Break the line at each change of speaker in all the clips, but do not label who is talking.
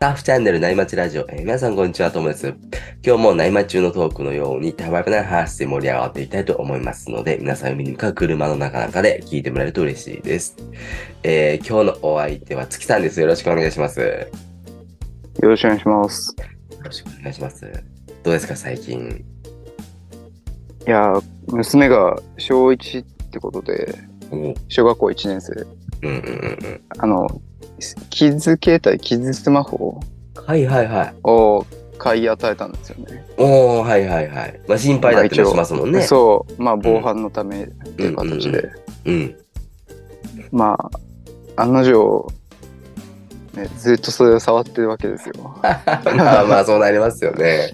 カーフチャンネル内町ラジオ、えー皆さんこんにちは、ともです。今日も内町中のトークのように、たわいもない話で盛り上がっていきたいと思いますので、皆さん海に向かう車の中々で聞いてもらえると嬉しいです。えー今日のお相手は月さんです。よろしくお願いします。よ
よろしくお願いします。
ろしくお願いします。どうですか、最近。
いやー、娘が小1ってことで、
おうん
小学校1年生。
うんうんうん。
あの、キッズ携帯、キッズスマホ
はいはいはい。
を買い与えたんですよね。
おー、はいはいはい。まあ心配だってもしますもんね。
そう、まあ、防犯のためっていう形で。
う。うん。
まあ、案の定、ね、ずっとそれを触ってるわ けですよ。だか
まあまあそうなりますよね。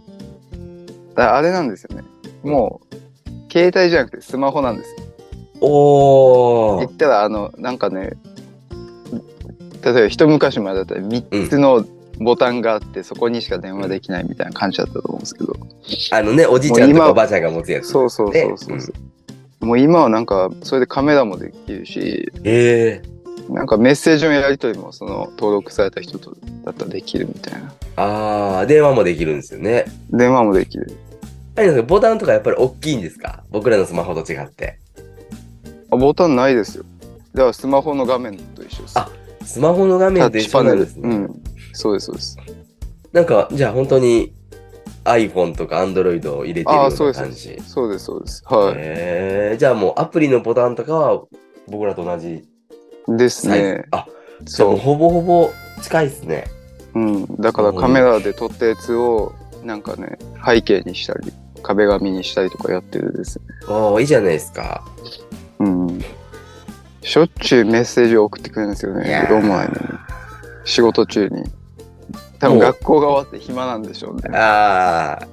らあれなんですよね。もう、携帯じゃなくてスマホなんですよ
お
言
ー
っ。たらあのなんかね例えば一昔前だったら3つのボタンがあって、そこにしか電話できないみたいな感じだったと思うんですけど、
あのね、おじいちゃんと
もう
か
今
おばあちゃんが持つやつ。
そうそうそうそう、
ね
もう今はなんかそれでカメラもできるし
ええ
なんかメッセージのやり取りもその登録された人とだったらできるみたいな
ああ、電話もできるんですよね。
電話もできる
あれなんですかボタンとかやっぱり大きいんですか僕らのスマホと違って。
あボタンないですよだからスマホの画面と一緒です
あスマホの画
タ
面と
ッ
一
チパ
緒
ネ
なん
ル
です
う
ね。
んそうですそうです
なんか、じゃあ本当に iPhone とか Android を入れてるよ
あ
う
ーそ
な
うです
感じ。へ
そうですそうですはい、
えじゃあもうアプリのボタンとかは僕らと同じ
です
サイズ。
ね
あ、じゃあ
そ
もう
う
ほぼほぼ近いですね。
うん、だからカメラで撮ったやつをなんかね背景にしたり壁紙にしたりとかやってるですね、
おーいいじゃないですか。
うん、しょっちゅうメッセージを送ってくれるんですよ
いや
ね
ー
ロマンに仕事中に多
も
分
う
学校が終わって暇なんでしょうね
ああ。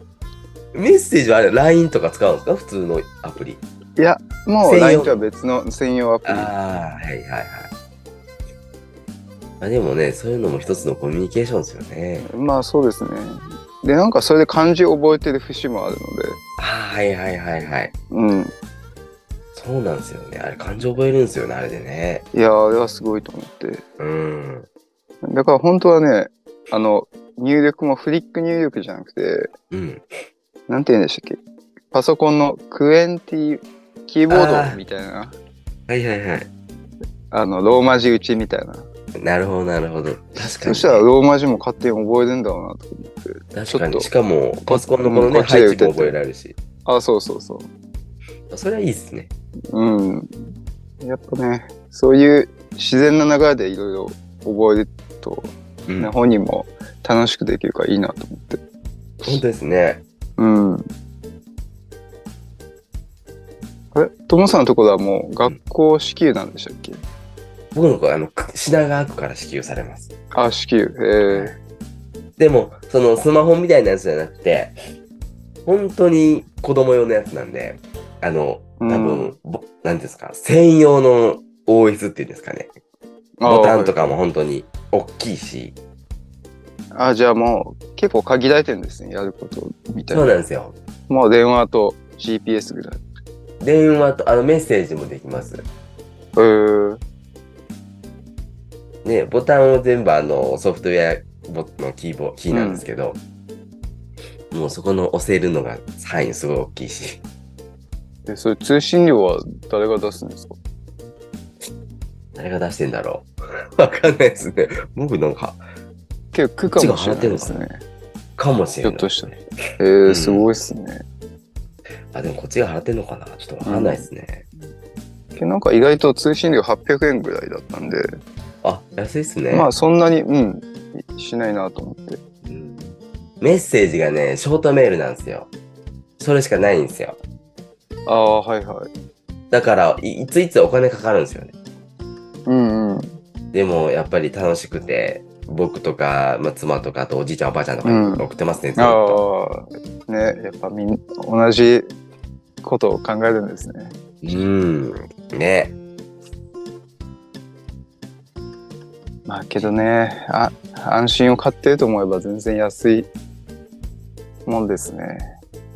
メッセージはあれ、LINE とか使うんですか普通のアプリ。
いやも
専用
う LINE とは別の専用アプリ
ああ、はいはいはい。あでもね、そういうのも一つのコミュニケーションですよね。
まあそうですねでなんかそれで漢字を覚えてる節もある
ああ、はいはいはいはい。
ので
そうなんですよね。あれ、漢字覚えるんですよね、あれでね。
うんいやーあれはすごいと思って
うん。
だから本当はねあの入力もフリック入力じゃなくて
うん。
なんて言うんでしたっけパソコンのクエンティキーボードみたいな
はいはいはい。
あのローマ字打ちみたいな
なるほど、なるほど。確かに。
そしたらローマ字も勝手に覚えるんだろうなと思っ
確
て
か
ち
に。
ょっと
しかも、パソコンのこの
うんこ
ね、
っちで
配
打て
置
て
も覚えられるし。
あそうそうそ
それはいいっすね。
ううんやっぱねそういう自然な流れでいろいろ覚えると、
う
ね
ん。本
本人も楽しくできるからいいなと思って
当ですね。
うんあれともさんのところはもう学校支給なんでしたっけ、
僕の子、あの、く品川区から支給されます。
あ支給え
でも、そのスマホみたいなやつじゃなくて、本当に子供用のやつなんで、あの、多
う
分、ぼなんていうんですか、専用の OS っていうんですかね。
ー、あー
ボタンとかも本当に大きいし、
あじゃあもう結構限られてるんですねやることみたい
そう
な
なんですよ。
もう電話と GPS ぐらい
電話と、あの、メッセージもできます。
えー、
ね、ボタンを全部あの、ソフトウェアボのキーボ、キーなんですけど、もうそこの押せるのが範囲すごい大きいし。
でそれ通信料は誰が出すんですか
誰が出してんだろう わかんないですね。僕なんか、
結構区かもしれないですね
かもしれない。
ひょっとした
ね。
え
う
ー、
ん
すごいっすね、
あ、でもこっちが払ってんのかなちょっとわかんないですね。
けどなんか意外と通信料800円ぐらいだったんで、
あ、安いっすね。
まあそんなにうんしないなと思って
うんメッセージがね、ショートメールなんですよ。それしかないんですよ。
ああはいはい
だからい、いついつお金かかるんですよね。
うんうん
でも、やっぱり楽しくて、僕とか、まあ、妻とか、あとおじいちゃん、おばあちゃんとか
うん
に送ってますね、ずっと。
ああねやっぱみん同じことを考えるんですね
うん。ね。
まあけどねあ安心を買ってると思えば全然安いもんですね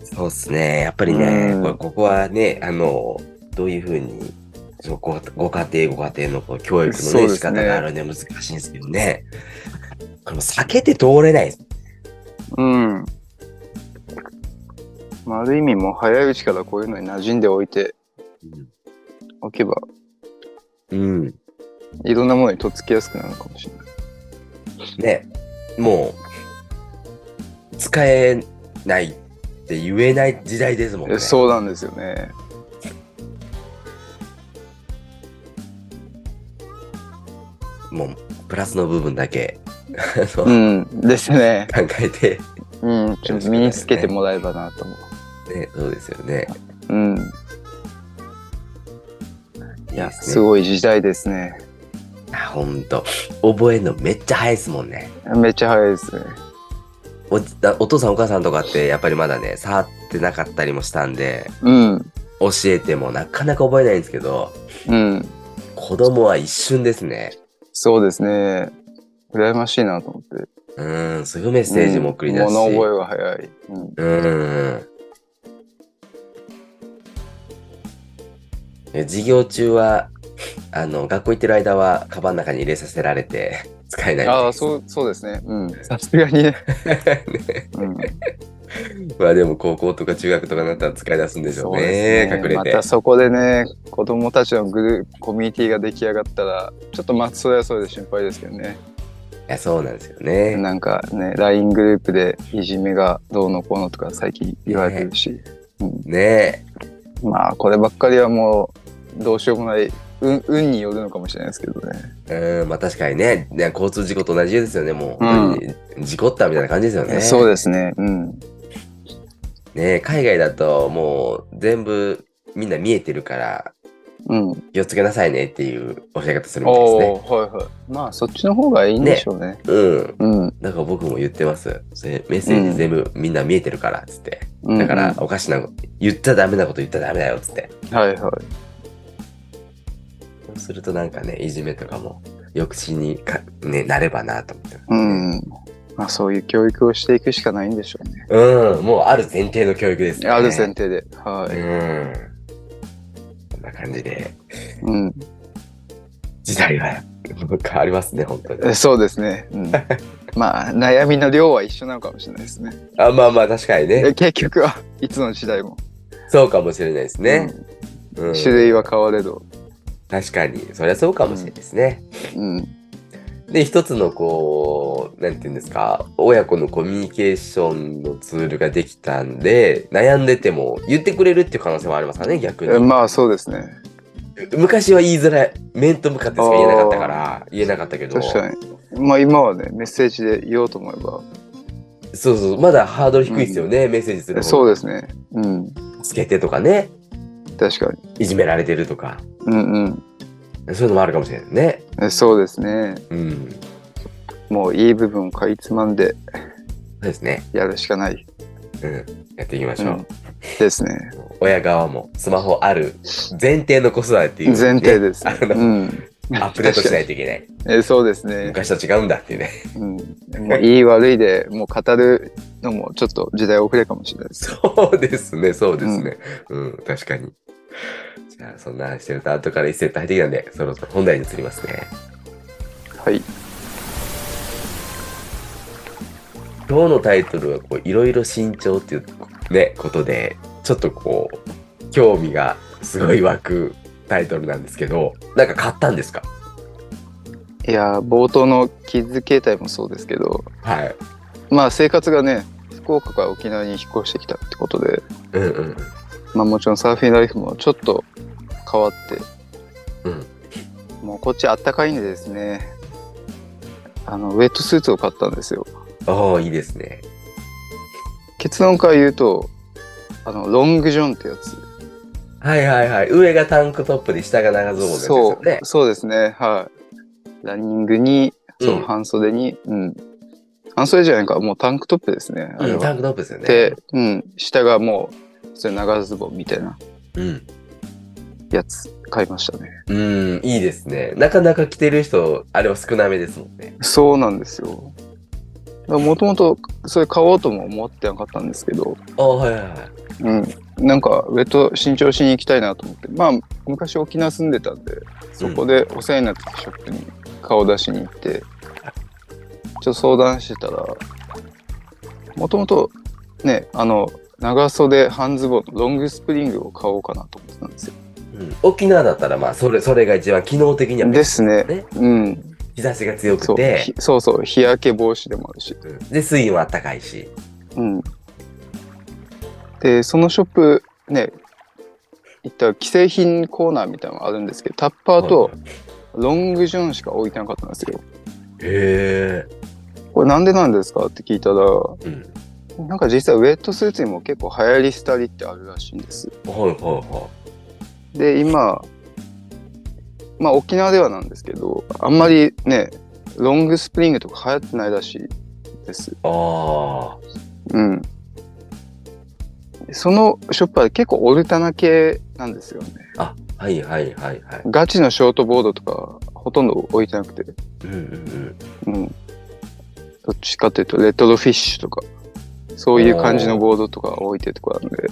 そうっすね。やっぱりね、
うん
こここはね、あの、どういうふうに、そうごご家庭、ご家庭のこう教育の、
そう
ね
ですね
仕方があるんで難しいんですけどね。これも避けて通れない。
うん。まあ、ある意味もう早いうちからこういうのに馴染んでおいておけば、
うん。
いろんなものにとっつきやすくなるのかもしれない。
ね。もう、使えないって言えない時代ですもん
え
ね。
そうなんですよね。
もう、プラスの部分だけ、あの
うん。ですね。
考えて、
うん。ちょっと身につけてもらえばなと思う。
ね、そうですよね。
うん。いや、
です
す
ね。
ごい時代ですね。
あほんと。覚えるのめっちゃ早いですもんね。
めっちゃ早いですね。
おじだお父さんお母さんとかってやっぱりまだね触ってなかったりもしたんで
うん。
教えてもなかなか覚えないんですけど
うん。
子供は一瞬ですね
そうですね。羨ましいなと思って。
うーんすぐメッセージも送り出し、う、
うんん物覚えは早い。うん。
うんえ授業中はあの学校行ってる間はカバンの中に入れさせられて 使えない
ああ、
う
そう、そうですね。うん。さすがにね。うん。
まあでも高校とか中学とかになったら使い出すんでしょう
そう
ね
です
隠れ
ま
て
たそこでね、子供たちのグループ、コミュニティが出来上がったら、ちょっとまあ、それはそれで心配ですけどね。
いやそうなんですよね
なんかね、LINE グループでいじめがどうのこうのとか最近言われてるし、
ねえ
まあ、こればっかりはもう、どうしようもない、運運によるのかもしれないですけどね。
うん、まあ確かにね、ね交通事故と同じですよね、もう、
うん
事故ったみたいな感じですよね。
そうですね。うん。
ね海外だともう全部みんな見えてるから、
うん。
気をつけなさいねっていう教え方するみたいです
お
ね。
おーはいはい。まあ、そっちの方がいいんでしょうね。
うん。
うん。
だから僕も言ってます。それメッセージ全部みんな見えてるから、つって。だから、おかしな、言っちゃダメなこと言っちゃダメだよ、つって。
うん、はいはい。
そうするとなんかね、いじめとかも抑止にか、ね、なればなと思って。
うん。まあ、そういう教育をしていくしかないんでしょうね。
うん、もうある前提の教育ですね。
ある前提で。は
うん。こんな感じで。
い。うん。
時代は変わりますね、本当に
え。そうですね。 うん。まあ、悩みの量は一緒なのかもしれないですね。
あまあまあ、確かにね
え。結局はいつの時代も。
そうかもしれないですね。う
うん
ん、
種類は変われど。
確かに、そりゃそうかもしれないですね。
うん。
で、一つのこう、なんていうんですか、親子のコミュニケーションのツールができたんで、悩んでても言ってくれるっていう可能性もありますからね、逆
え
に。
まあ、そうですね。
昔は言いづらい、面と向かってしか言えなかったから、言えなかったけど、
確かに。まあ、今はね、メッセージで言おうと思えば。
そうそう、まだハードル低いですよね、メッセージする
えそう
で
ですね。うん。
つけてとかね、
確かに。
いじめられてるとか、
うんうん。
そういうのもあるかもしれないね。
えそうですね。
うん。そ
もういい部分をかいつまんで
うですね。
やるしかない。
うん。やっていきまし
う
ょ
ん
う。、
ですね。
親側もスマホある前提の子育てっていう、ね。
前提です、 ね
あの
うん、
アップデートしないといけない。
えそうですね、
昔と違うんだっていうね。
うん、もういい悪いでもう語るのもちょっと時代遅れかもしれないです
そうですね、そうですね。うん、確かに。じゃあ、そんな話してると後から一セット入ってきたんで、そろそろ本題に移りますね。
はい
今日のタイトルはこう、いろいろ慎重っていうね、ことで、ちょっとこう、興味がすごい湧くタイトルなんですけど、なんか買ったんですか
いやー冒頭のキッズ形態もそうですけど
はい。
まあ生活がね福岡から沖縄に引っ越してきたってことで、
うんうん。
まあ、もちろんサーフィンライフもちょっと変わって
うん。
もうこっちあったかいんでですねあのウェットスーツを買ったんですよ
ああ、いいですね。
結論から言うとあのロングジョンってやつ
はいはいはい。上がタンクトップで下が長ズボンです
そ
よ
う
ね。
そうですねはいランニングにそううん半袖に、うん半袖じゃないかもうタンクトップですねあれ
うん、タ
は、
ンクトップですよね。
で、うん、下がもう普通に長ズボンみたいな
うん。
やつ買いましたね
うん、いいですね。なかなか着てる人、あれは少なめですもんね。
そうなんですよもともとそれ買おうとも思ってなかったんですけど、
あはいはいはい。
うん、なんかウェット新調しに行きたいなと思ってまあ昔沖縄住んでたんでそこでお世話になってたショップに顔出しに行って、ちょっと相談してたらもともとねあの長袖半ズボンロングスプリングを買おうかなと思ってたんですよ。
うん沖縄だったら、まあ、それ、それが一番機能的にはね
ですね。うん、
日差しが強
そ
く
う
て
ひ、そうそう日焼け防止でもあるし。
うんで、水温あったかいし。
うん、でそのショップね行ったら既製品コーナーみたいなのがあるんですけどタッパーと
はいはい、
ロングジョンしか置いてなかったんですよ。
へえ。
これなんでなんですかって聞いたら
うん。
なんか実はウェットスーツにも結構流行り廃りってあるらしいんです。
はいはいは
で今まあ沖縄ではなんですけどあんまりねロングスプリングとか流行ってないらしいです
い。あ
うんそのショップは結構オルタナ系なんですよね
あ。あ、はいはいはいはい。
ガチのショートボードとかほとんど置いてなくて
うんうん
うんどっちかというとレトロフィッシュとかそういう感じのボードとか置いてるとこなんで
うん。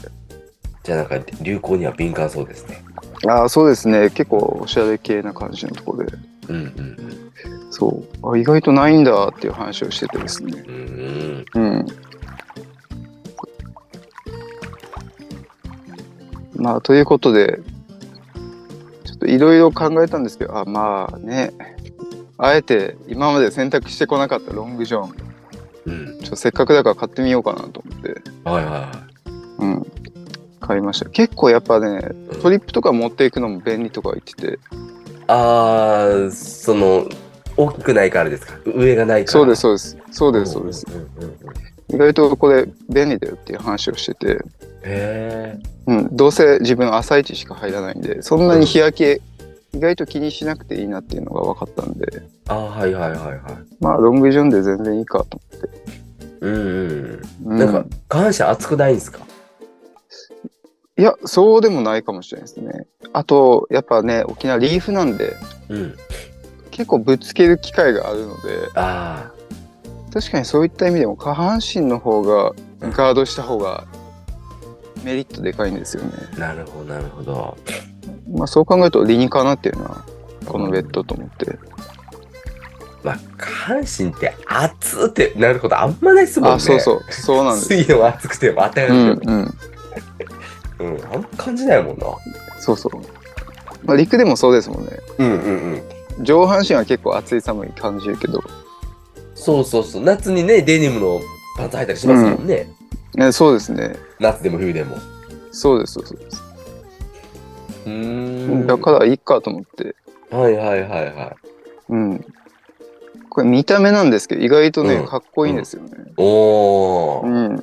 じゃあなんか、流行には敏感そうですね。
ああそうですね結構おしゃれ系な感じのとこで
うんうん
そうあ意外とないんだっていう話をしててですね
うん。うん。
うん。まあということでちょっといろいろ考えたんですけどあまあねあえて今まで選択してこなかったロングジョンちょ
うん。
っとせっかくだから買ってみようかなと思って、
はいはいは
うん、買いました結構やっぱね
いうん。
トリップとか持っていくのも便利とか言ってて
あー、その、大きくないからですか上がないから。
そうですそうですそうですそうです
んんうんうん
意外とこれ便利だよっていう話をしてて
へえ。
うん、どうせ自分朝一しか入らないんでそんなに日焼け、意外と気にしなくていいなっていうのが分かったんで
あーはいはいはいはい。
まあロングジョンで全然いいかと
うんうん。
思って、
な
うんん、
か、下半身熱くないんですか
いやそうでもないかもしれないですねあとやっぱね沖縄リーフなんで
うん。
結構ぶつける機会があるので
あ
確かにそういった意味でも下半身の方が
うん
ガードした方がメリットでかいんですよね、
あ、なるほどなるほど。
まあ、そう考えると理にかなっていうのはこのベッドと思って、
まあ、下半身って熱ってなることあんまないですもんね。
あそうそうそうなんです
水温熱くても当た
う
る
ん
ん
うん
うん、あんま感じないもんな。
そうそう。まあ、陸でもそうですもんね。
うんうんうん。
上半身は結構暑い寒い感じるけど、
そうそうそう。夏にね、デニムのパンツ履いたりしますもんね。
ね、そうですね。
夏でも冬でも。
そうです、そうです。
うーん
だからいいかと思って。
ら。はいはいはいはい。
うん。これ見た目なんですけど、意外とね、
うん
かっこいいんですよね。
お
う
ー。
ん。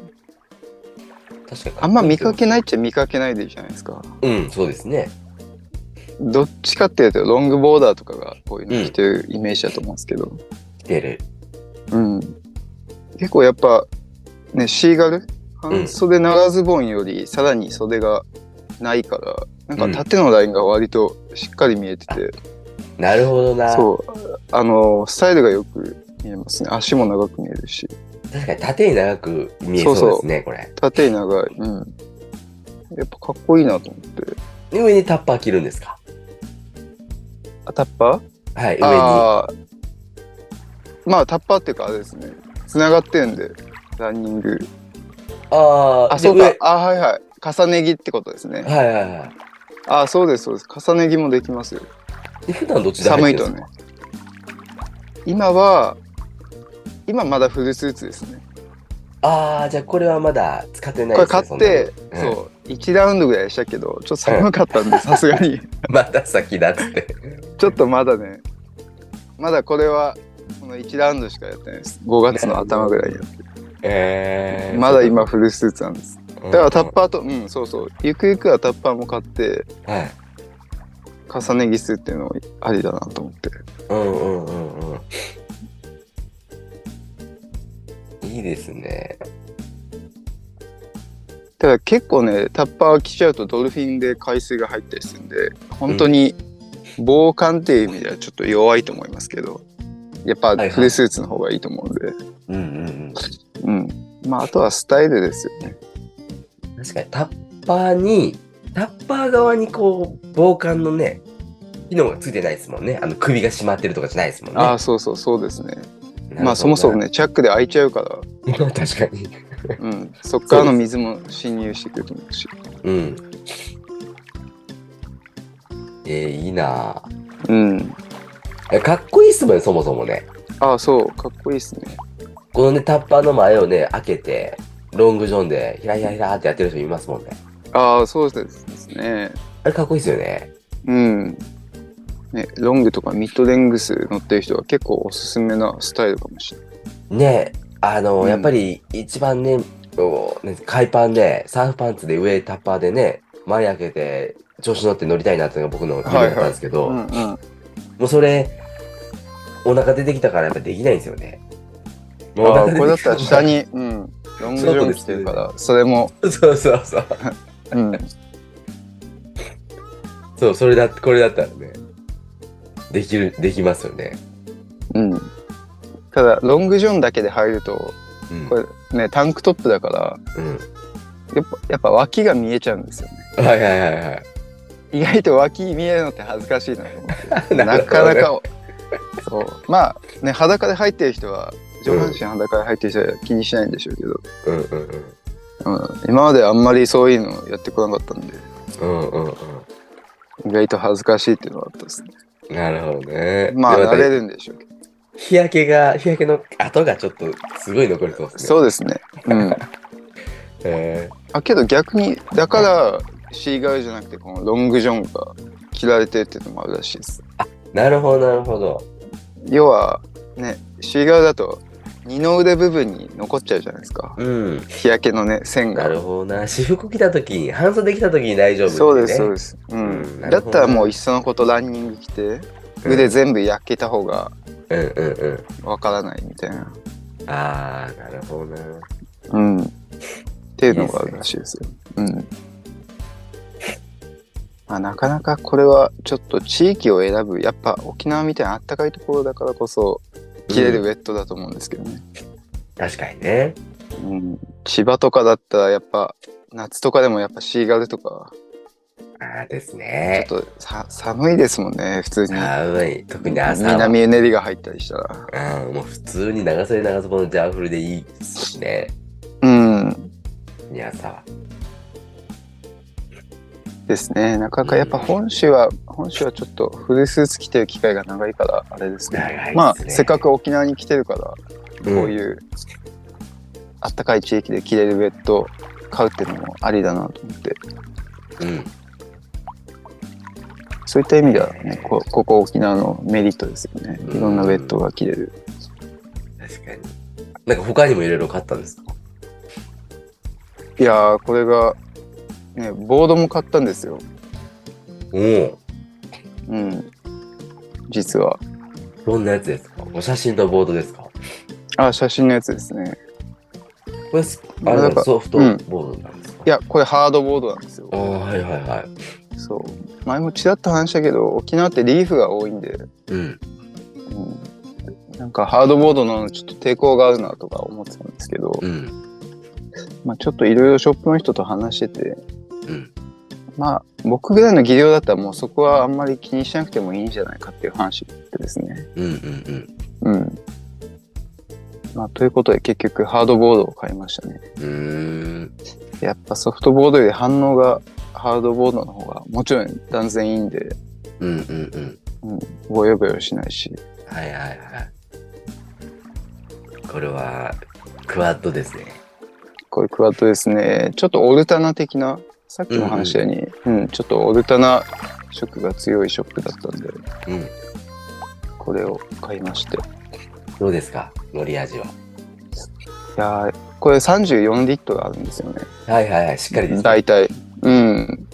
確かに。
あんま見か。けないっちゃ見かけないでいいじゃないですか。
うん、そうですね。
どっちかっていうと、ロングボーダーとかがこういうの着てるイメージだと思うんですけど、
着てる。
うん。結構やっぱ、ね、シーガル半袖長ズボンよりさらに袖がないから、なんか縦のラインが割としっかり見えてて、
なるほどな。
そう、あの、スタイルがよく見えますね。足も長く見えるし、
確かに縦に長く見えそうですね、これ。
縦に長い。うん。やっぱかっこいいなと思って。
で上にタッパー着るんですか
あ、タッパー
はい、上に。
あーまあ、タッパーっていうかあれですね。つながってるんで、ランニング。
あー
あ、
で
そうか。あ、はいはい。重ね着ってことです
上
ね。
はいはいは
あ、そうです、そうです。重ね着もできますよ。
い。で普段どっちで
寒
入っ
い
てる
と
んです
ね
か。
今は、今まだフルスーツですね。
ああ、じゃあこれはまだ使ってない
こ
で
れ
すね
買って、
そんな
そ
のうん
う、1ラウンドぐらいしたけど、ちょっと寒かったんで、さすがに。
まだ先だっつって。
ちょっとまだね、まだこれは、この1ラウンドしかやってないです。5月の頭ぐらいにやって
えー、
まだ今、フルスーツなんです。
だ
だからタッパーと、うん、そうそう。ゆくゆくはタッパーも買って、
ー。はい。
重ね着するっていうのもありだなと思って。
うんうんうんうん。いいですね。
ただ結構ねタッパー着ちゃうとドルフィンで海水が入ったりするんで本当に防寒っていう意味ではちょっと弱いと思いますけどやっぱ
いはい
フルスーツの方がいいと思うんで、
うんうんうん。
うんまああとはスタイルですよね
確かにタッパーに、タッパー側にこう、防寒のね、機能がついてないですもんね。あの首が締まってるとかじゃないですもんね。
ああそうそうそうですね
うん
まあそもそも
ね。
ねチャックで開いちゃうから、
確かに。
うん、そっからの水も侵入してくると思うし
うん。えー、いいなぁ
うん
えかっこいいっすもんね、そもそもね。
ああそうかっこいいっすね
このね、タッパーの前をね、開けて、ロングジョンで、ひらひらひらってやってる人いますもんね。
ああそうですね
あれかっこいいっすよね。
うんねロングとかミッドレングス乗ってる人は結構おすすめなスタイルかもしれない
ねあの、
うん
やっぱり一番ね、こうね、海パンで、サーフパンツで上タッパーでね、前開けて、調子乗って乗りたいなっていうのが僕の夢だったんですけど、
うんうん
もうそれ、お腹出てきたからやっぱできないんですよね。もうお
あ
腹
あ
出てき
これだったら下に、うん、ロングジョン着てるからそれも、
そうそうそう。
うん、
そう、それだ、これだったらね、できる、できますよね。
うん、ただロングジョンだけで入ると
うん。
これねタンクトップだから
うん。
やっぱやっぱ脇が見えちゃうんですよね
はいはいはいはい。
意外と脇見えるのって恥ずか しいなと思って
なる
な
ほどね
かなかそうまあね裸で入ってる人は上半身裸で入ってる人は気にしないんでしょうけど、
うんうんうん。
うん、今まであんまりそういうのやってこなかったんで
うんうん
意外と恥ずかしいっていうのがあったですね
うん。 なるほどね。
まあ
でま
慣
た
れるんでしょうけど
日焼けが、日焼けの跡がちょっとすごい残りそうですね。う。
そうですねうん
え
あけど逆にだからシーガルじゃなくてこのロングジョンが着られてるっていうのもあるらしいです
ー、なるほどなるほど。
要はねシーガルだと二の腕部分に残っちゃうじゃないですか
うん。
日焼けのね線
な
が
るほどな。私服着た時に、半袖着た時に大丈夫っていね。
そうですそうです、うん
うんなる
だ
ほどね
ったらもういっそのことランニング着て
うん
腕全部焼けた方が
うんうんう
わからないみたいな、
ん。ああ、なるほどな。
うん、っていうのがあるらしいですよ。うんまあ、なかなかこれはちょっと地域を選ぶやっぱ沖縄みたいなあったかいところだからこそ着れるウェットだと思うんですけどね、
確かにね。
うん、千葉とかだったらやっぱ夏とかでもやっぱシーガルとか
ああです
ちょっ
ね。
とさ寒いですもんね普通に
寒い。特に朝は。
南うねりが入ったりしたら。
ああ、もう普通に長袖長ズボンのジャーフルでいいですしね。
うん
いやさ。
ですねなかなかやっぱ本州は本州はちょっとフルスーツ着てる機会が長いからあれですけど、
長いですね
まあせっかく沖縄に来てるから
こう
こう
う。
いうあったかい地域で着れるウェットを買うっていうのもありだなと思って
うん。
そういった意味ではねこここ沖縄のメリットですよねいろんなウェットが着れる
確かに。なんか他にもいろいろ買ったんですか
いやーこれがねボードも買ったんですよ
おお。
うん実は
どんなやつですかお写真とボードですか
あ写真のやつですね
これ、あれ
な
なんん
か
かソフトボードなんですか、
いやこれハードボードなんですよ
ああ、はいはいはい。
そう前もちらっと話したけど沖縄ってリーフが多いんで、
うん。
うん、なんかハードボードのちょっと抵抗があるなとか思ってたんですけど、
うん。
まあ、ちょっといろいろショップの人と話してて
うん。
まあ僕ぐらいの技量だったらもうそこはあんまり気にしなくてもいいんじゃないかっていう話でですね。
うんうんうん。
うんまあ、ということで結局ハードボードを買いましたね。
うーん。
やっぱソフトボードより反応がハードボードの方がもちろん断然いいんで
うんうんうん。
ボヨボヨしないし
はいはいはい。これは、クワッドですね。
これクワッドですねちょっとオルタナ的なさっきも話したように、うんちょっとオルタナ色が強いショップだったんで
うん。
これを買いましてい
どうですか乗り味は。
やーこれ34リットルあるんですよね
はいはいはい。しっかりです、ね。
大体うん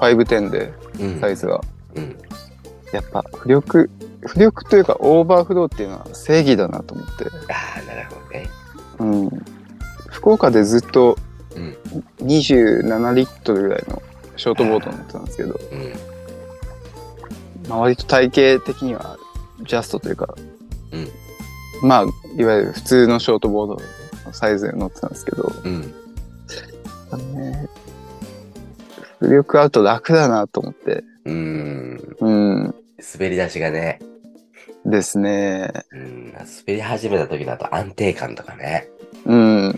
510で
うん
サイズが、
うん。
やっぱ浮力浮力というかオーバーフローっていうのは正義だなと思って、
ああ、なるほどね。
うん、福岡でずっと
うん
27リットルぐらいのショートボードになってたんですけど
う
まあ、割と体型的にはジャストというか、
うん
まあいわゆる普通のショートボードのサイズに乗ってたんですけど、
ん。うん。
ね、浮力あると楽だなと思って
うーん。
うん
滑り出しがね。
ですね。
うん、滑り始めた時だと安定感とかね。
うん。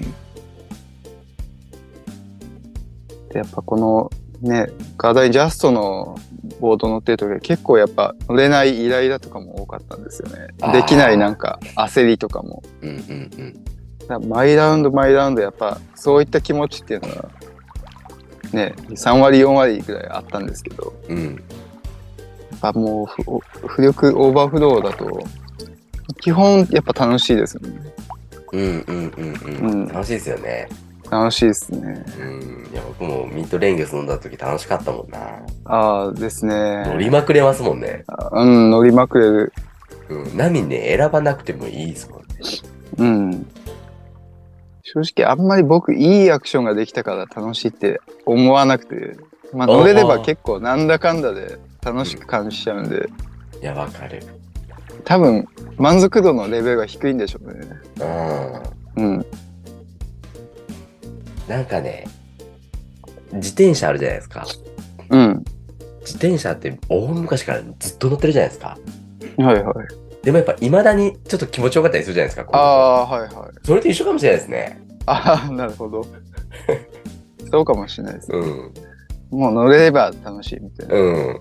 でやっぱこのね、課題ジャストのボード乗ってる時は結構やっぱ乗れないイライラとかも多かったんですよね
あー。
できないなんか焦りとかも。
うんうんうん。
だから毎ラウンド毎ラウンドやっぱそういった気持ちっていうのはね、3割4割ぐらいあったんですけど、
うん。
やっぱもうふ浮力オーバーフローだと基本やっぱ楽しいですよね。
うんうんうんうん。
うん
楽しいですよね。
楽しいですね。
うん。いや、僕もミッドレンゲス飲んだ時楽しかったもんな。
ああです
乗
ね。
りまくれますもんね。
うん、乗りまくれる。
うん。波ね、選ばなくてもいいですもんね。
うん。正直あんまり僕いいアクションができたから楽しいって思わなくて、まあ、乗れれば結構なんだかんだで楽しく感じちゃうんで、
いや、わかる。
多分満足度のレベルが低いんでしょうね。
うん。
うん。
なんかね、自転車あるじゃないですか。
うん。
自転車って大昔からずっと乗ってるじゃないですか。
はいはい。
でもやっぱ未だにちょっと気持ちよかったりするじゃないですか。こう
ああ、はいはい。
それと一緒かもしれないですね。
ああ、なるほ ど。そうかもしれないです。
うん。
もう乗れれば楽しいみたいな。
うん。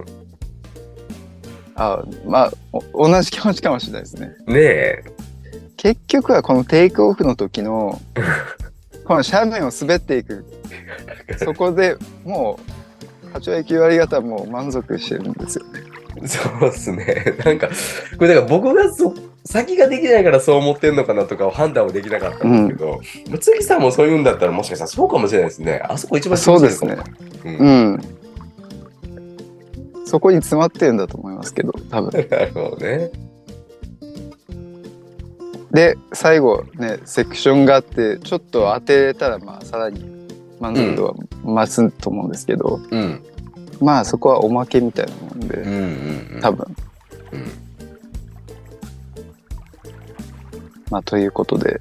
ああ、まあお同じ気持ちかもしれないですね。
ねえ。
結局はこのテイクオフの時 のこの斜面を滑っていくそこでもう8割9割方はもう満足してるんですよね。
そうっすね。なんか、これだから僕がそ先ができないからそう思ってんのかなとか判断もできなかったんですけど、むつぎさんもそういうんだったらもしかしたらそうかもしれないですね。あそこ一番
そうですね。
うん
うん。そこに詰まってるんだと思いますけど多分。
なるほどね。
で最後ねセクションがあってちょっと当てれたらまあさらに満足度は増すと思うんですけど、
うん。
まあそこはおまけみたいなもん
うん
で
うんうん。
多分。
うん
まあということで、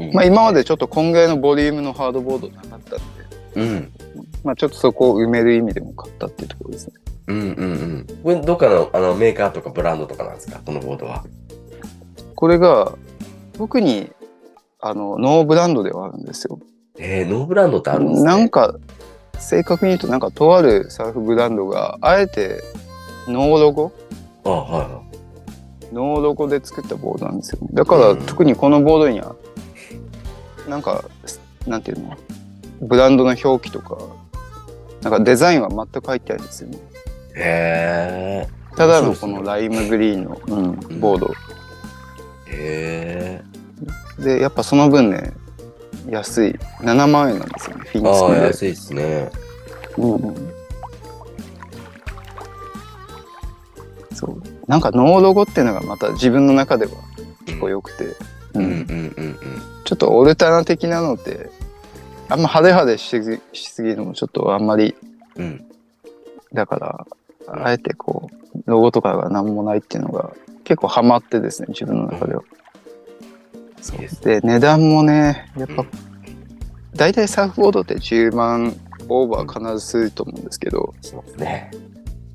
いいね
まあ、今までちょっとこんぐらいのボリュームのハードボードなかったんで、
うん。
まあ、ちょっとそこを埋める意味でも買ったっていうところですね。
うんうんうん。これどっかのあのメーカーとかブランドとかなんですかこのボードは。
これが特にあのノーブランドではあるんですよ。
えー、ノーブランドってあるんですね。
なんか正確に言うとなんかとあるサーフブランドがあえてノーロゴ
あ、はいは
ノーロゴで作ったボードなんですよ、ね、だから
うん
特にこのボードにはなんかすなんていうのブランドの表記とかなんかデザインは全く入ってないんですよね
い。へ
ただの
そ
こ
うですね
のライムグリーンの、うんボード
え。へえ。
でやっぱその分ね安い7万円なんですよねフィニ
ああ、
ッシ
安いですね。
ュで、うん、そうなんかノーロゴっていうのがまた自分の中では結構良くて、
う
うんん
うんうんうん。
ちょっとオルタナ的なのってあんま派手派手しすぎしすぎるのもちょっとあんまり
うん、
だからあえてこうロゴとかが何もないっていうのが結構ハマってですね自分の中では。
いいです。
で値段もねやっ
う
ぱ
ん
大体サーフボードって10万オーバー必ずすると思うんですけど
しますね。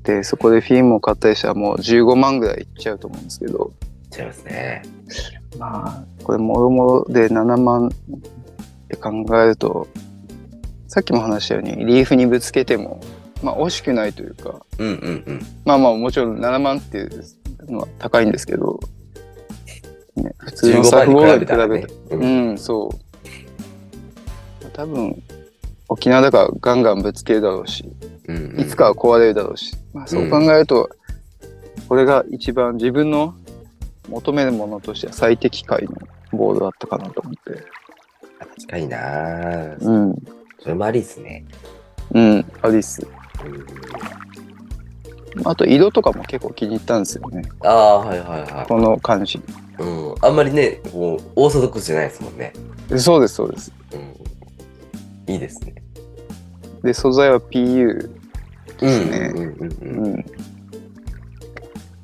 でそこでフィンも買ったりしたらもう15万ぐらいいっちゃうと思うんですけど
違いますね。
まあこれもろもろで7万って考えるとさっきも話したようにリーフにぶつけてもまあ惜しくないというか
うんうんうん。
まあまあもちろん7万っていうのは高いんですけど、ね、普通の
15
サー
番
フボ
に
ード
比べ
に比べ
た
た
ら
ら
ね。う
うんん、そう。多分、沖縄だからガンガンぶつけるだろうし、
うんうん
いつかは壊れるだろうし、まあそう考えると、これが一番自分の求めるものとしては最適解のボードだったかなと思って。
近いなぁ
うん、
それもありですね。
うん、アリス。
うん
あと色とかも結構気に入ったんですよね。
ああ、はいはいは
この感じ。
い。うん。あんまりね、こう、オーソドックスじゃないですもんね。
そうです、そうです。
うん。いいですね。
で、素材は PU。
うん
すね
うんうんうんうん。
うん。い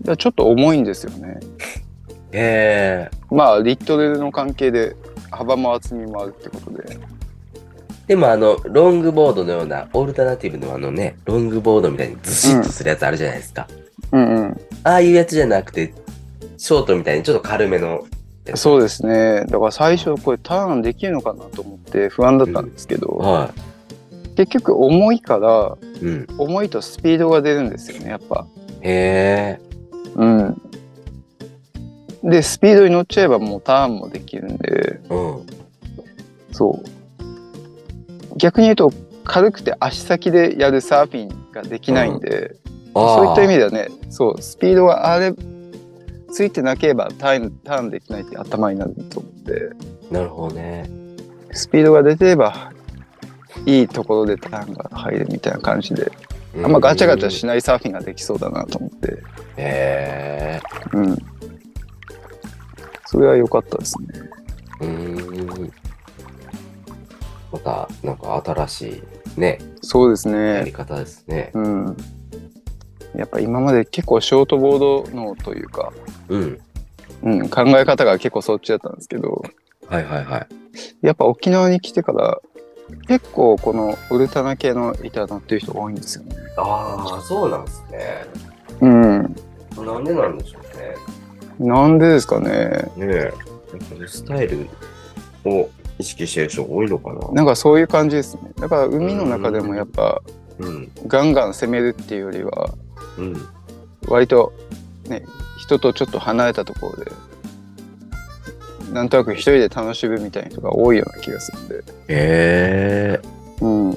やちょっと重いんですよね。
へえ。
まあリットルの関係で幅も厚みもあるってことで
でもあの、ロングボードのような、オルタナティブのあのね、ロングボードみたいにずしっとするやつあるじゃないですか。
うんうん
ああいうやつじゃなくて、ショートみたいにちょっと軽めの。
そうですね。だから最初これターンできるのかなと思って不安だったんですけど、
は
結局重いから
い。うん。
重いとスピードが出るんですよねやっぱ。
へえ。
うん。でスピードに乗っちゃえばもうターンもできるんで
うん。
そう逆に言うと軽くて足先でやるサーフィンができないんで、そういった意味
で。
ではねそうスピードがあれついてなければターンターンできないって頭になると思って。
なるほどね。
スピードが出てればいいところでターンが入るみたいな感じであんまガチャガチャしないサーフィンができそうだなと思って、
うん。へえ。
うん、それは良かったですね
うん。また、なんか新しいね、
そうです
や
ね
り方ですね。
うんやっぱ今まで結構ショートボードのというか、
うん。
うん、考え方が結構そっちだったんですけど
はいはいはい。
やっぱ沖縄に来てから結構このウルタナ系の板乗ってる人多いんですよね
ああ、そうなんですね。
うん
なんでなんでしょうね。
なんでですかね
ねえ、やっぱスタイルを意識してる人多いのかな。
なんかそういう感じですねだから海の中でもやっぱ
うん、
ガンガン攻めるっていうよりは
うん。
割とね人とちょっと離れたところでなんとなく一人で楽しむみたいな人が多いような気がするんで、
ええ
うん、
や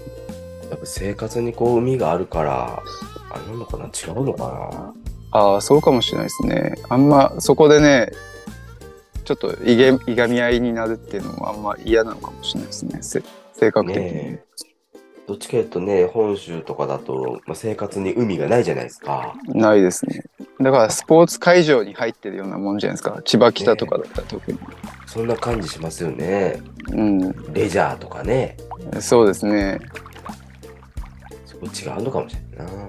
っぱ生活にこう海があるから、あれなのかな違うのか
ああそうかもしれないですねあんまそこでねちょっといげいがみ合いになるっていうのもあんま嫌なのかもしれないですねせ性
な
格的に、
ねえ。どっちかというとね、本州とかだと、まあ、生活に海がないじゃないですか。
ないですねだからスポーツ会場に入ってるようなもんじゃないですか千葉北とかだったら特に、
そんな感じしますよね。
う
レジャーとかね。
んそうですね、
そこ違うのかもしれないな。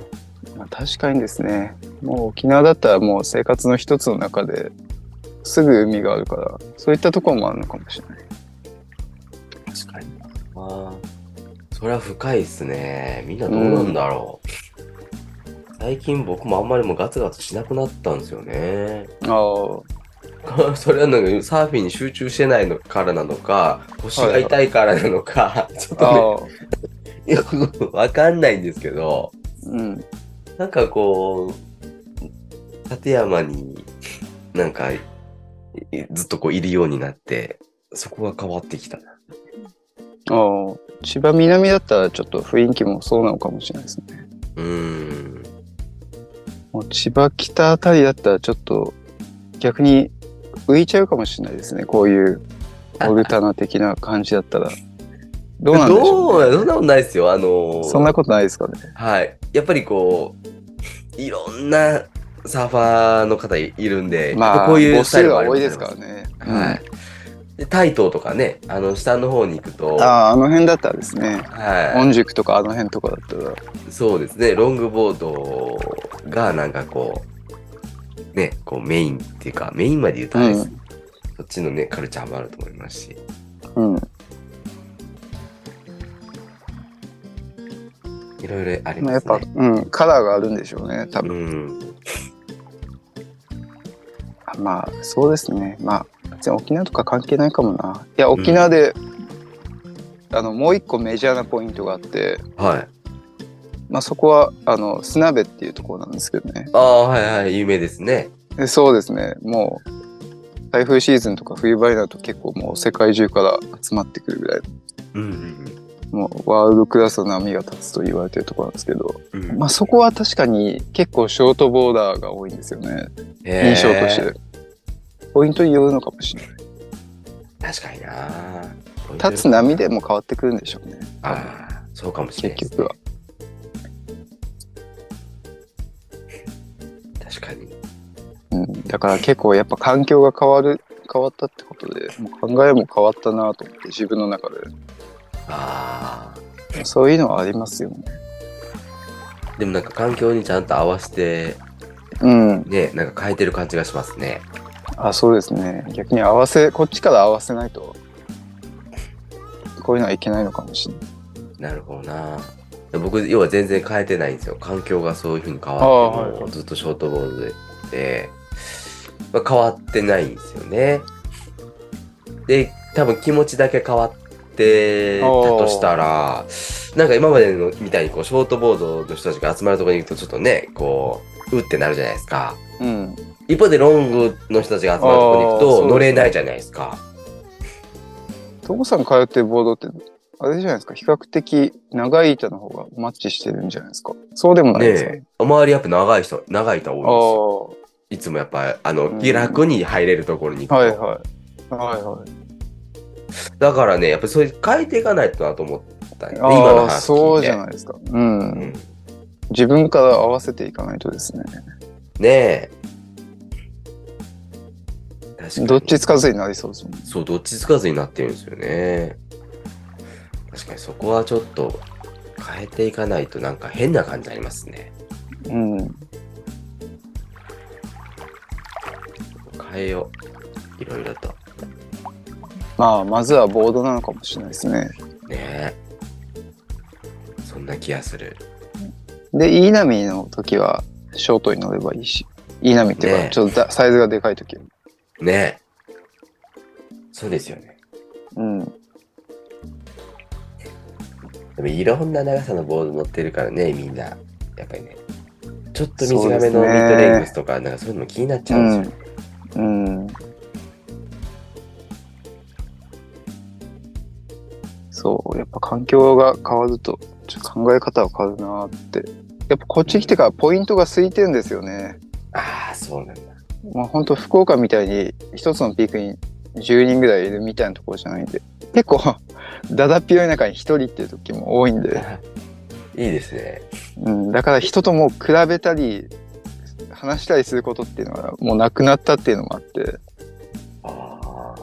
まあ、確かにですねもう沖縄だったらもう生活の一つの中ですぐ海があるからそういったところもあるのかもしれない
確かに。ああ、それは深いっすね。みんなどうなんだろう。最近僕もあんまりもうガツガツしなくなったんですよね。
あ
それはなんかサーフィンに集中してないのからなのか、腰が痛いからなのか、ちょっと
あ
ね、よくわかんないんですけど、
うん
なんかこう、立山に なんかいずっとこういるようになって、そこが変わってきたな。
ああ千葉南だったらちょっと雰囲気もそうなのかもしれないですね
うーん。
もう千葉北あたりだったらちょっと逆に浮いちゃうかもしれないですねこういうオルタナ的な感じだったらどうなんでしょ
ど
う、
うそんなこ
ね、
とないですよ。あのー
そんなことないですかね
はい。やっぱりこう、いろんなサーファーの方いいるんで、やっ
ま
ぱ
あ
こういう
母
スタイ
数
ルも
が
あり
多
ま
い
す
ですからね、
は
うん
い。で、台東とかね、あの、下の方に行くと、は
あああの辺だったらですね
い。
御宿とかあの辺とかだったら
そうですね、ロングボードがなんかこう、ね、こうメインっていうか、メインまで言うとあれです、
う
そっちのね、カルチャーもあると思いますし。
うん
いろいろあり
まあや
ま
っ
すね。
ぱ、うん、カラーがあるんでしょうね多
う
分、
ん。
まあそうですねまあ全然沖縄とか関係ないかもないや沖縄で、あのもう一個メジャーなポイントがあって、
はい。
まあ、そこはあの砂辺っていうところなんですけどね
ああ、はいはい、有名ですね。
でそうですねもう台風シーズンとか冬場になると結構もう世界中から集まってくるぐらい
うん
もうワールドクラスの波が立つと言われてるところなんですけど、
うんうん。
まあ、そこは確かに結構ショートボーダーが多いんですよね
印
印象として、ポイントによるのかもしれない
確かにな
立つ波でも変わってくるんでしょうね
ああそうかもしれない
結局は
確かに
うん、だから結構やっぱ環境が変わる変わったってことでもう考えも変わったなと思って自分の中で
あ
そういうのはありますよね
あでもなんか環境にちゃんと合わせて
うん
ねなんか変えてる感じがしますね
あそうですね逆に合わせこっちから合わせないとこういうのはいけないのかもしれな
な
い
るほどな僕要は全然変えてないんですよ環境がそういうふうに変
ああ
わって
はい
も
は
うずっとショートボードでで、まあ、変わってないんですよね。で、多分気持ちだけ変わってたとしたら、なんか今までのみたいにこうショートボードの人たちが集まるところに行くとちょっとね、こう、うってなるじゃないですか。
うん。
一方でロングの人たちが集まるところに行く
あーそう
と
ですね
乗れないじゃないですか。
トモさん通ってるボードって、あれじゃないですか。比較的長い板の方がマッチしてるんじゃないですか。そうでもない
ね
ですか。
え、周りやっぱ長い人、長い人多いんで
あ
すよ。
あ。はい
つもやっぱ、あ
う
の、
ん
気楽に入れるところに行くと。
いはい。はいはい。
だからね、やっぱりそれ変えていかないとなと思ったんで、今の
ああ、
話
そうじゃ
い。
ないですか。うん。
うん
自分から合わせていかないとですね。
ねえ。確かに。
どっちつかずになりそうですもん。
そう、どっちつかずになってるんですよね。確かにそこはちょっと変えていかないとなんか変な感じありますね。
うん。
変えよう。いろいろと。
まあ、まずはボードなのかもしれないですね。
ねえ。そんな気がする。
で、イーナミの時は、ショートに乗ればいいし。イーナミっていう
ね
か、ちょっとだサイズがでかい時は。
ねえ。そうですよね。
うん。
でもいろんな長さのボード乗ってるからね、みんな。やっぱりね。ちょっと短
そうで
め
すね
のミッドレングスとか、なんかそういうのも気になっちゃうんですよ。
うん。そう、やっぱ環境が変わると、ちょっと考え方が変わるなーって。やっぱこっち来てからポイントが空いてるんですよね。
ああ、そうなんだ。
まあ本当福岡みたいに一つのピークに10人ぐらいいるみたいなところじゃないんで結構だだっぴろい中に1人っていう時も多いんで、
いいですね。
うん、だから人ともう比べたり話したりすることっていうのはもうなくなったっていうのもあって
ああ。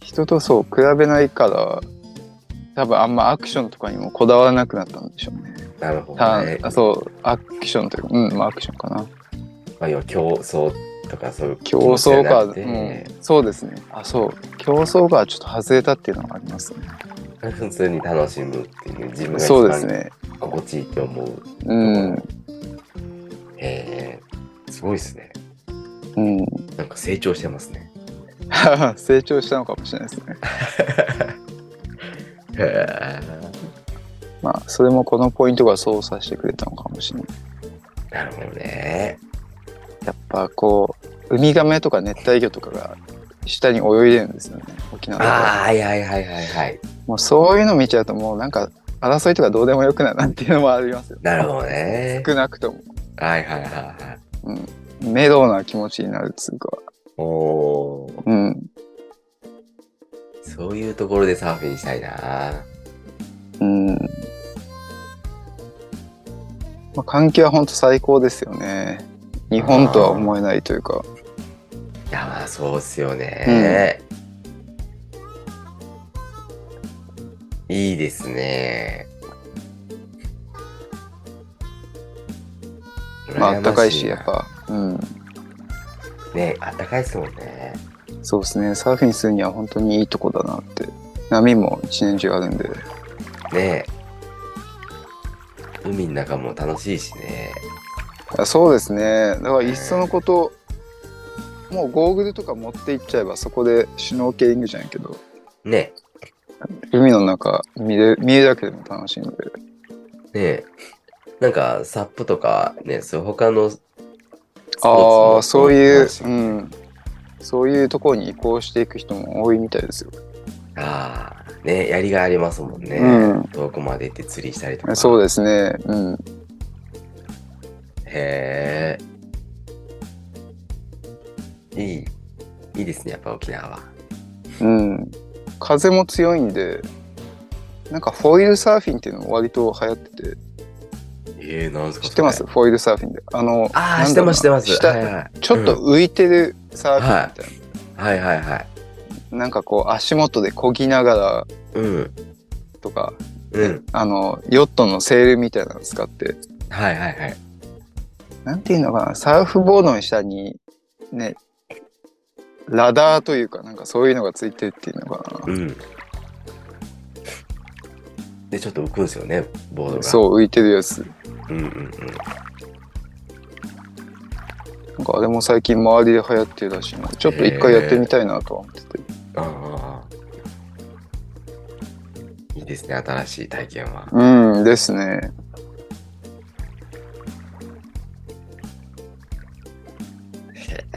人とそう比べないから多分あんまアクションとかにもこだわらなくなったんでしょうね。
なるほ
タ
ど、
ーン
ね。
あそうアクションというかうんまあアクションかな。
まあ、要は競争とかそういう気
競
持ちじゃ
争か、
なくて
うん、そうですねあそう競争がちょっと外れたっていうのがありますね。
普通に楽しむっていう自分が
そうです
一番
ね。
心地いいって思う。
うん、
へえ、すごいですね。
うん、
なんか成長してますね。
成長したのかもしれないですね。
へえ。
まあ、それもこのポイントがそうさせてくれたのかもしれな
な
い。
るほどね。
やっぱこう、ウミガメとか熱帯魚とかが下に泳いでるんですよね、沖縄だ
ああ、
か
はいはいはいはいはい。
らもうそういうの見ちゃうと、もうなんか争いとかどうでもよくなるなっていうのもありますよ。
なるほどね。
少なくとも。
はいはいはいはい。
うん。メロウな気持ちになるっつうか。
おお、
うん。
そういうところでサーフィンしたいな。
うん。まあ、環境は本当最高ですよね。日本とは思えないというか。
いや、まあそうっすよね。いいですね。
まあ、あったかいし、
羨
や
ま
っ
な。
ぱ。うん。
ねあったかいっすもんね。
そうですね、サーフィンするには本当にいいとこだなって。波も一年中あるんで。
ね海の中も楽しいしね。
あそうですね、だからいっそのこと、もうゴーグルとか持っていっちゃえば、そこでシュノーケリングじゃないけど、
ね
海の中見れ見えるだけでも楽しいんで。
ねなんか、サップとか、ね、そう他のス
あ
ポ
あ
ー
ー、
ツ
そ
も
ういう、
楽し
うん。そういうところに移行していく人も多いみたいですよ。
ああ、ね、やりがいありますもんね。
うん
遠くまで行って釣りしたりとか。
そうですね。うん。
へえ。いい。いいですね、やっぱ沖縄は。
うん。風も強いんで、なんかフォイルサーフィンっていうのも割と流行ってて、
ええなんですか
知ってます
それ
フォイルサーフィンで。あの、
ああ、
な
知
ん
って
だろうな
ます、知ってます。
下
はいはい
ちょっと
うん
浮いてるサーフィンみたいな。
はいはいはい。
なんかこう足元で漕ぎながら
うん。
とか、
うん。
あの、ヨットのセールみたいなの使って、
はいはいはい。
なんていうのかな、サーフボードの下に、ね、ラダーというか、なんかそういうのがついてるっていうのか
うん。で、ちょっと浮くんですよね、ボード
な。
が。
そう、浮いてるやつ。
う。うんうんうん。
なんかかあれも最近周りで流行ってるらしいのでちょっと一回やってみたいなとは思ってて、
ああ。いいですね、新しい体験は。
うんですね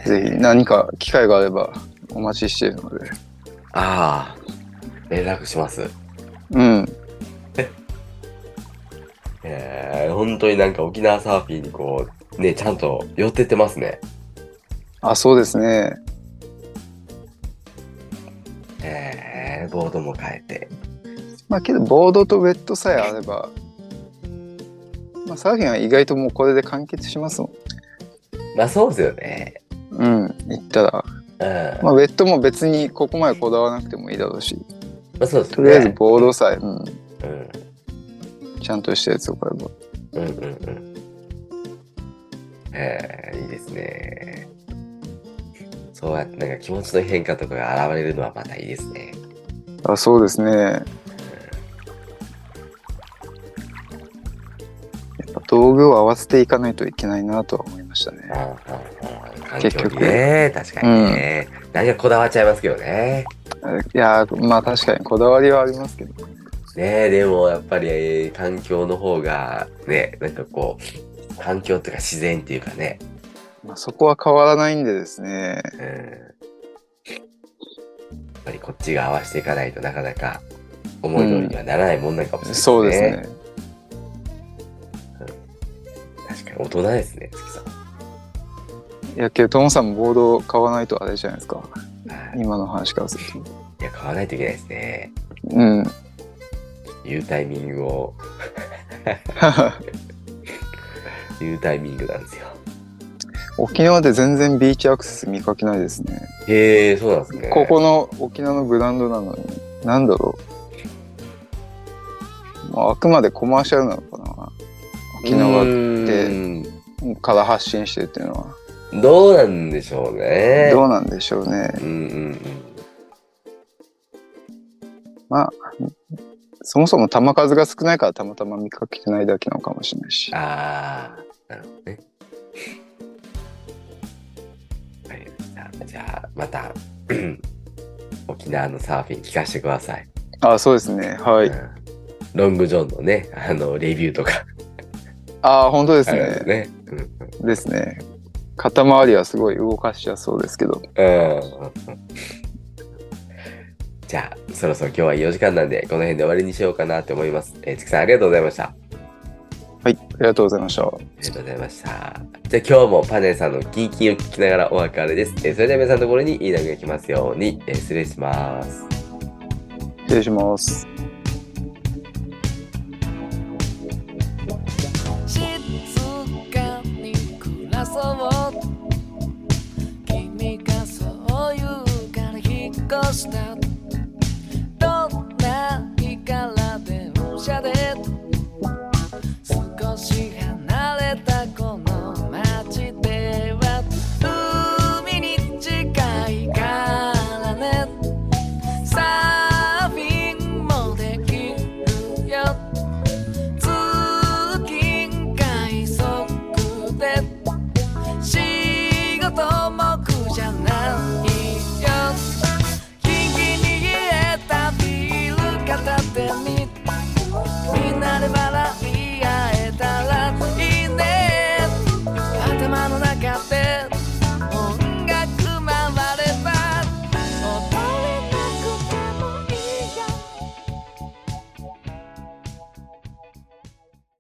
ぜひ何か機会があればお待ちしているので
ああ。連絡します。
うん
えー、本当になんか沖縄サーフィンにこう、ね、ちゃんと寄ってってますね。
あそうですね
えー、ボードも変えて。
まあけどボードとウェットさえあれば、まあ、サーフィンは意外ともうこれで完結しますもん
まあそうですよね。
うん行ったら、
うん。
まあ、ウェットも別にここまでこだわらなくてもいいだろうし
まあそうですね。
とりあえずボードさえ、うん、
うん。
ちゃんとしたやつを買えば
うんうんうん。えー、いいですね。そうやってなんか気持ちの変化とかが現れるのはまたいいですね。
あそうですねやっぱ道具を合わせていかないといけないなとは思いましたね
ああああ環
結
境
局
にね、確かにね。何かこだわっちゃいますけどね。
いやーまあ確かにこだわりはありますけど
ねえでもやっぱりえー環境の方がね、なんかこう、環境とか自然っていうかね。
まあ、そこは変わらないんでですね
うん。やっぱりこっちが合わせていかないとなかなか思い通りにはならないもんなんかもしれないですね。
そうですね
確かに大人ですね、月さん。
いやけどトモさんもボードを買わないとあれじゃないですか
はい
今の話からすると
いや、買わないといけないですね。
うん
言うタイミングを、言うタイミングなんですよ。
沖縄で全然ビーチアクセス見かけないですね
へえ、そうなんですね。
ここの沖縄のブランドなのに、なんだろう。まあ、あくまでコマーシャルなのかな。沖
う
縄
ーん
から発信してるっていうのは。
どうなんでしょうね。
どうなんでしょうね。
うんうんうん。
そもそも球数が少ないからたまたま見かけてないだけなのかもしれないし。
ああ、なるほどね。わかりましたじゃあ、また、 沖縄のサーフィン聞かせてください。
あ、そうですね。はい。
うんロングジョンのね、あの、レビューとか。
あ、本当です
あります
ね。
ね。うんうん
ですね。肩周りはすごい動かしやすそうですけど。
うんじゃあ、そろそろ今日は4時間なんで、この辺で終わりにしようかなと思います。えー、つきさん、ありがとうございました。あ
はい。ありがとうございました。
りがとうございました。じゃあ、今日もパネルさんのキンキンを聞きながらお別れです。えーそれでは皆さんのところにいい波が来ますように、えー失礼します。
失礼します。
静かに暮らそう君がそう言うから引っ越したどんな日から電車で